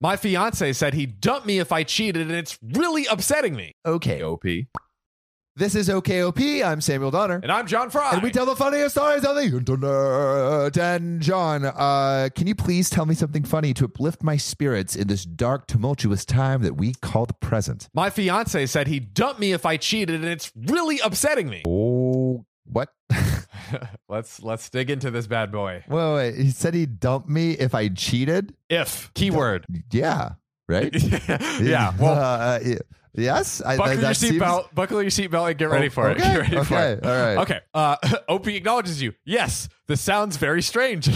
My fiance said he'd dump me if I cheated, and it's really upsetting me. Okay. OP. This is OKOP. I'm Samuel Donner. And I'm John Fry. And we tell the funniest stories on the internet. And John, uh, can you please tell me something funny to uplift my spirits in this dark, tumultuous time that we call the present? My fiance said he'd dump me if I cheated, and it's really upsetting me. Oh, what? let's let's dig into this bad boy. Wait, wait, he said he'd dump me if I cheated? If keyword. Yeah, right? yeah. Well, Uh, uh, yes. I, buckle your that seems- Oh, seatbelt. Buckle your seatbelt and get ready for it. okay, Get ready for okay, it. all right. Okay. Uh, OP acknowledges you. Yes, this sounds very strange.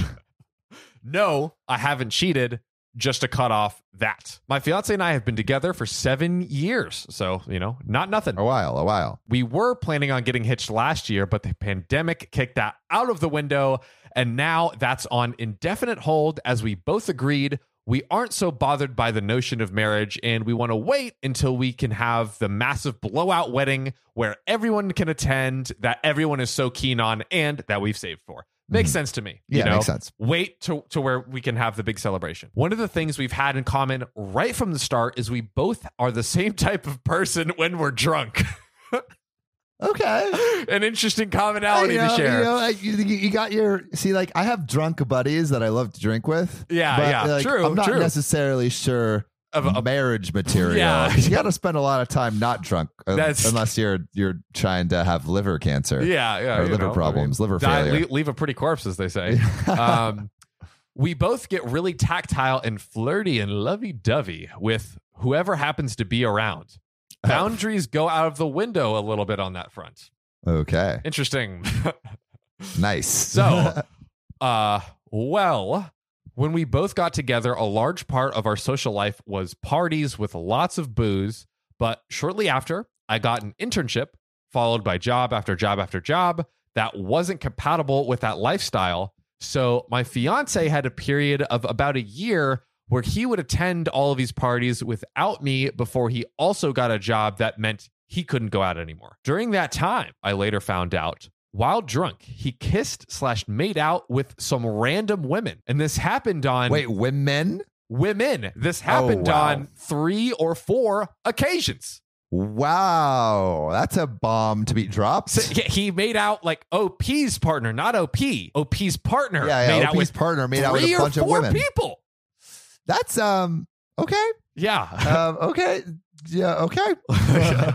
no, I haven't cheated. Just to cut off that. My fiance and I have been together for seven years. So, you know, not nothing. A while, a while. We were planning on getting hitched last year, but the pandemic kicked that out of the window. And now that's on indefinite hold as we both agreed we aren't so bothered by the notion of marriage and we want to wait until we can have the massive blowout wedding where everyone can attend that everyone is so keen on and that we've saved for. Makes sense to me. you Mm-hmm. Yeah, know? makes sense. wait to, to where we can have the big celebration. One of the things we've had in common right from the start is we both are the same type of person when we're drunk. Okay. An interesting commonality You know, to share. You, know, like, you, you- you got your see, like I have drunk buddies that I love to drink with. Yeah, but, yeah, like, true, I'm not true. necessarily sure Of- of of- marriage material. Yeah. 'cause you got to spend a lot of time not drunk, uh, That's- unless you're you're trying to have liver cancer. yeah, yeah. Or you liver know, problems, liver die- failure. leave, leave a pretty corpse, as they say. um, we both get really tactile and flirty and lovey dovey with whoever happens to be around. Oh. Boundaries go out of the window a little bit on that front. Okay, Interesting. nice. So, uh, well, when we both got together, a large part of our social life was parties with lots of booze. But shortly after, I got an internship, followed by job after job after job that wasn't compatible with that lifestyle. So, my fiance had a period of about a year where he would attend all of these parties without me before he also got a job that meant he couldn't go out anymore. During that time, I later found out, while drunk, he kissed slash made out with some random women. And this happened on wait, women? women. This happened Oh, wow. on three or four occasions. Wow, that's a bomb to be dropped. So yeah, he made out like OP's partner, not OP. OP's partner yeah, made yeah. out OP's with partner made three out with a or bunch of four women. people. That's um okay. Yeah. Um, okay. Yeah, okay.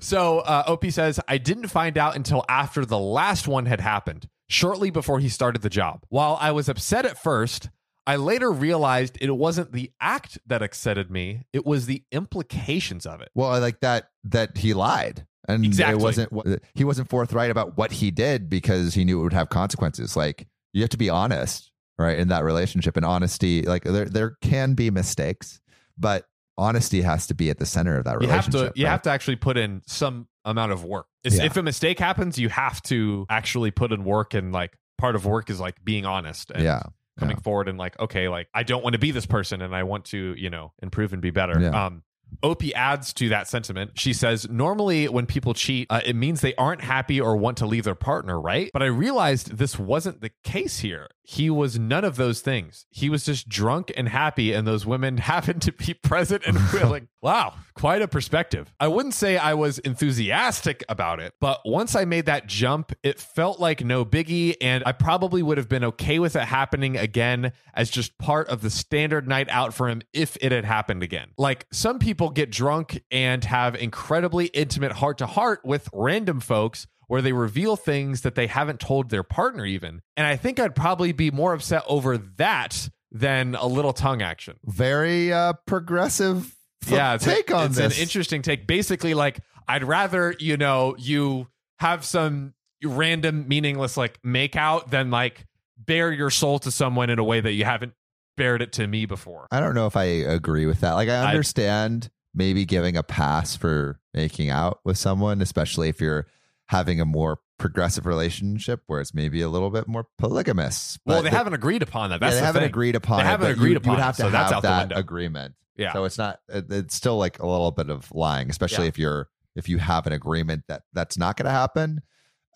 so uh, Opie says, I didn't find out until after the last one had happened, shortly before he started the job. While I was upset at first, I later realized it wasn't the act that excited me, it was the implications of it. Well, I like that that he lied and Exactly. it wasn't he wasn't forthright about what he did because he knew it would have consequences. Like you have to be honest, right, in that relationship and honesty. Like there there can be mistakes, but honesty has to be at the center of that You have relationship. to you right? have to actually put in some amount of work. It's- Yeah. If a mistake happens, you have to actually put in work and like part of work is like being honest and yeah. coming forward and like, okay, like I don't want to be this person and I want to, you know, improve and be better. Yeah. Um, Opie adds to that sentiment. She says, normally when people cheat, uh, it means they aren't happy or want to leave their partner, right? But I realized this wasn't the case here. He was none of those things. He was just drunk and happy, and those women happened to be present and willing. wow, quite a perspective. I wouldn't say I was enthusiastic about it, but once I made that jump, it felt like no biggie, and I probably would have been okay with it happening again as just part of the standard night out for him if it had happened again. Like some people get drunk and have incredibly intimate heart to heart with random folks where they reveal things that they haven't told their partner even. And I think I'd probably be more upset over that than a little tongue action. Very uh progressive yeah, a- take on it's this. an interesting take. Basically, like I'd rather you know you have some random, meaningless like make out than like bare your soul to someone in a way that you haven't bared it to me before. I don't know if I agree with that. Like I I- understand maybe giving a pass for making out with someone, especially if you're having a more progressive relationship where it's maybe a little bit more polygamous. well, But they the- haven't agreed upon that. yeah, That's they the haven't thing. agreed upon. They it, haven't but you- agreed you, upon would it, have to so that's have out the that window. agreement. Yeah. So it's not. it- It's still like a little bit of lying, especially Yeah. if you're if you have an agreement that that's not going to happen.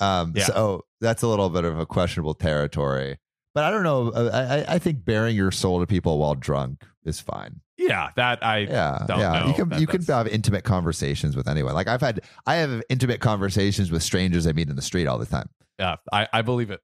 Um, Yeah. So that's a little bit of a uh, questionable territory. But I don't know. I, I- I think bearing your soul to people while drunk is fine. Yeah, that I Yeah, don't yeah. know you can that you can that's- have intimate conversations with anyone. Like I've had, I have intimate conversations with strangers I meet in the street all the time. yeah, I, I believe it.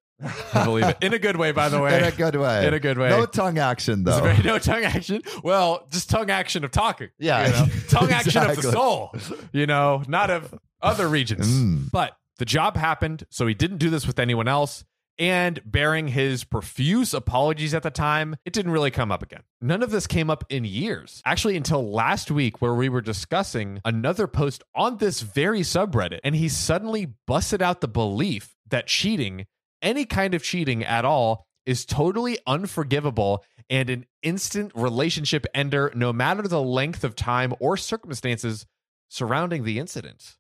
I believe it. In a good way, by the way. in a good way. In a good way. No tongue action It's though. very- no tongue action. Well, just tongue action of talking. Yeah. you know? tongue action of the Exactly. soul. You know, not of other regions. Mm. But the job happened, so he didn't do this with anyone else. And bearing his profuse apologies at the time, it didn't really come up again. None of this came up in years. Actually, until last week, where we were discussing another post on this very subreddit, and he suddenly busted out the belief that cheating, any kind of cheating at all, is totally unforgivable and an instant relationship ender, no matter the length of time or circumstances surrounding the incident.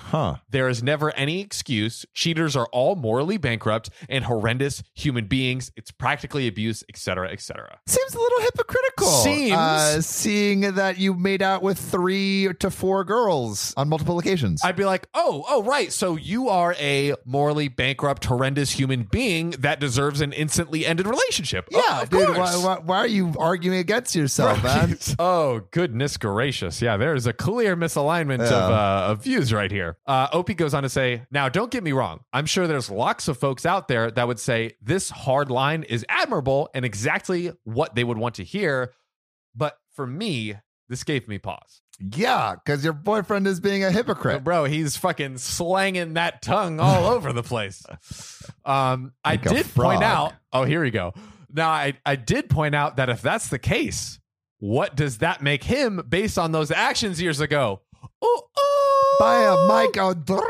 Huh. There is never any excuse. Cheaters are all morally bankrupt and horrendous human beings. It's practically abuse, etc., etc. Seems a little hypocritical. Seems. Uh, seeing that you made out with three to four girls on multiple occasions. I'd be like, oh, oh, right. So you are a morally bankrupt, horrendous human being that deserves an instantly ended relationship. Oh, yeah, of dude. course. Why, why, why are you arguing against yourself, man? Oh, goodness gracious. Yeah, there is a clear misalignment Yeah. of, uh, of views right here. Uh, Opie goes on to say, Now, don't get me wrong. I'm sure there's lots of folks out there that would say this hard line is admirable and exactly what they would want to hear. But for me, this gave me pause. Yeah, because your boyfriend is being a hypocrite. Bro, he's fucking slanging that tongue all over the place. Um, I Like a did frog. point out. Oh, here we go. Now, I, I did point out that if that's the case, what does that make him based on those actions years ago? Ooh, ooh. Buy a mic, I'll drop.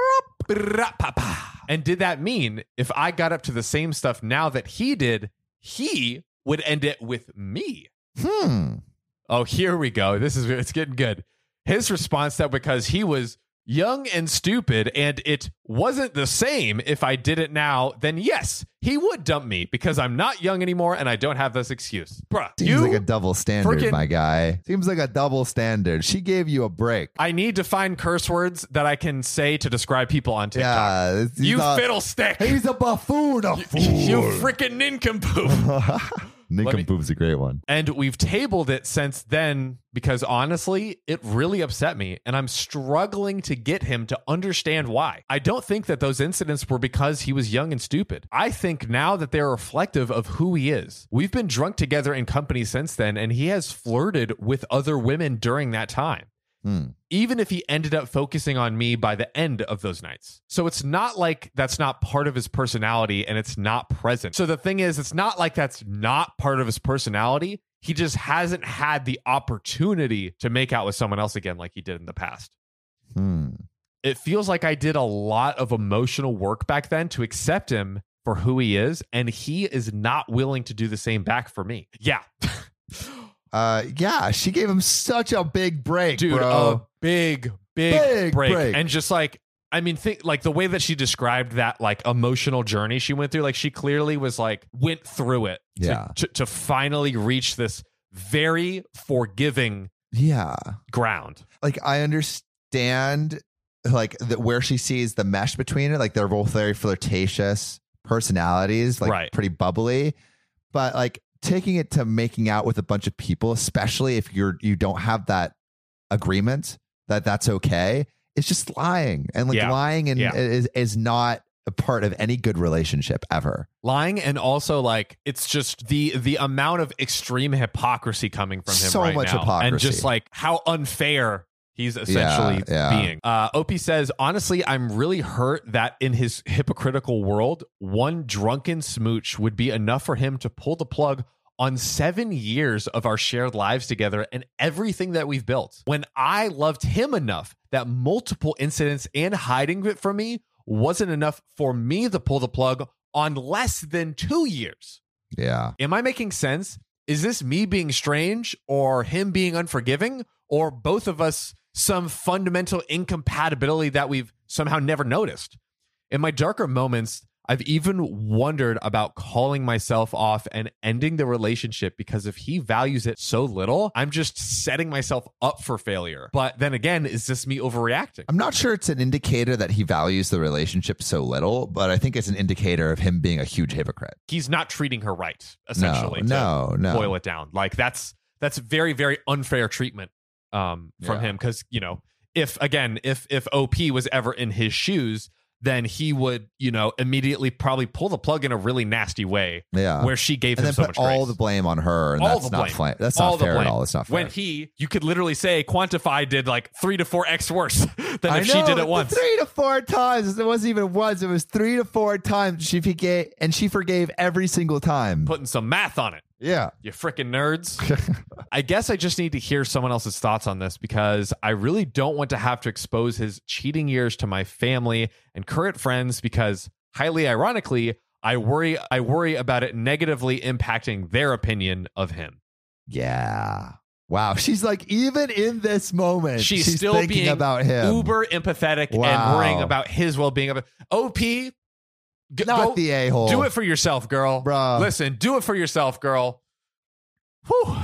Bra-pa-pa. And did that mean if I got up to the same stuff now that he did, he would end it with me? Hmm. Oh, here we go. This is it's getting good. His response that because he was young and stupid and it wasn't the same if I did it now, then yes, he would dump me because I'm not young anymore and I don't have this excuse. Bruh, Seems you like a double standard, frickin- my guy. Seems like a double standard. She gave you a break. I need to find curse words that I can say to describe people on TikTok. yeah, this- he's you a- fiddlestick. He's a buffoon, a fool. you freaking nincompoop. Nincompoop's a great one. And we've tabled it since then because honestly, it really upset me. And I'm struggling to get him to understand why. I don't think that those incidents were because he was young and stupid. I think now that they're reflective of who he is. We've been drunk together in company since then, and he has flirted with other women during that time Hmm. even if he ended up focusing on me by the end of those nights. So it's not like that's not part of his personality and it's not present. So the thing is, it's not like that's not part of his personality. He just hasn't had the opportunity to make out with someone else again like he did in the past. Hmm. It feels like I did a lot of emotional work back then to accept him for who he is, and he is not willing to do the same back for me. Yeah. Uh, yeah, she gave him such a big break, dude oh. bro. a big big, Big break. break. and just like i mean think like the way that she described that like emotional journey she went through like she clearly was like went through it to- Yeah. to, to finally reach this very forgiving yeah, ground like I understand, like the, where she sees the mesh between it. Like they're both very flirtatious personalities, like Right. pretty bubbly, but like taking it to making out with a bunch of people, especially if you're you don't have that agreement that that's okay, it's just lying and like Yeah. lying and Yeah. is is not a part of any good relationship ever. lying and also like it's just the the amount of extreme hypocrisy coming from him So right much now and hypocrisy. just like how unfair he's essentially Yeah, yeah. being uh opie says honestly i'm really hurt that in his hypocritical world one drunken smooch would be enough for him to pull the plug on seven years of our shared lives together and everything that we've built. When I loved him enough that multiple incidents and hiding it from me wasn't enough for me to pull the plug on less than two years. Yeah. Am I making sense? Is this me being strange or him being unforgiving or both of us some fundamental incompatibility that we've somehow never noticed? In my darker moments, I've even wondered about calling myself off and ending the relationship because if he values it so little, I'm just setting myself up for failure. But then again, is this me overreacting? I'm not sure it's an indicator that he values the relationship so little, but I think it's an indicator of him being a huge hypocrite. He's not treating her right, No, essentially. to no, no. boil it down. Like that's that's very very unfair treatment um, from Yeah. him because you know if again if if op was ever in his shoes then he would you know immediately probably pull the plug in a really nasty way Yeah. where she gave Uh, and him then so put much all grace. the blame on her, and All that's the not blame. fine. That's All not the fair at blame. all. It's not fair. when he you could literally say quantify did like three to four x worse than I if know, she did the it once Three to four times. It wasn't even once. It was three to four times. She forgave, and she forgave every single time. putting some math on it yeah. you freaking nerds i guess i just need to hear someone else's thoughts on this because i really don't want to have to expose his cheating years to my family and current friends because highly ironically i worry i worry about it negatively impacting their opinion of him Yeah. Wow. She's like, even in this moment, She's she's, still thinking being about him. uber empathetic and Wow. worrying about his well-being of op g- Not go- the a hole. Do it for yourself, girl. Bruh. Listen, do it for yourself, girl. Whew.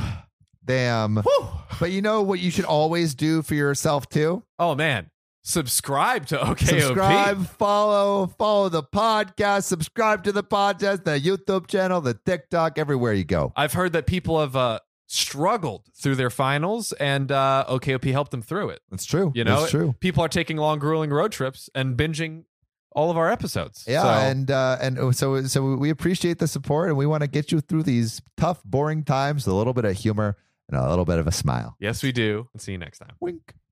Damn. Whew. But you know what you should always do for yourself too? Oh man. Subscribe to OKOP. Subscribe, follow, follow the podcast, subscribe to the podcast, the YouTube channel, the TikTok, everywhere you go. I've heard that people have uh, struggled through their finals and uh, OKOP helped them through it. That's true. You know, That's true. People are taking long, grueling road trips and binging all of our episodes. Yeah, So, and uh, and so so we appreciate the support, and we want to get you through these tough, boring times with a little bit of humor and a little bit of a smile. yes, we do. And see you next time. Wink.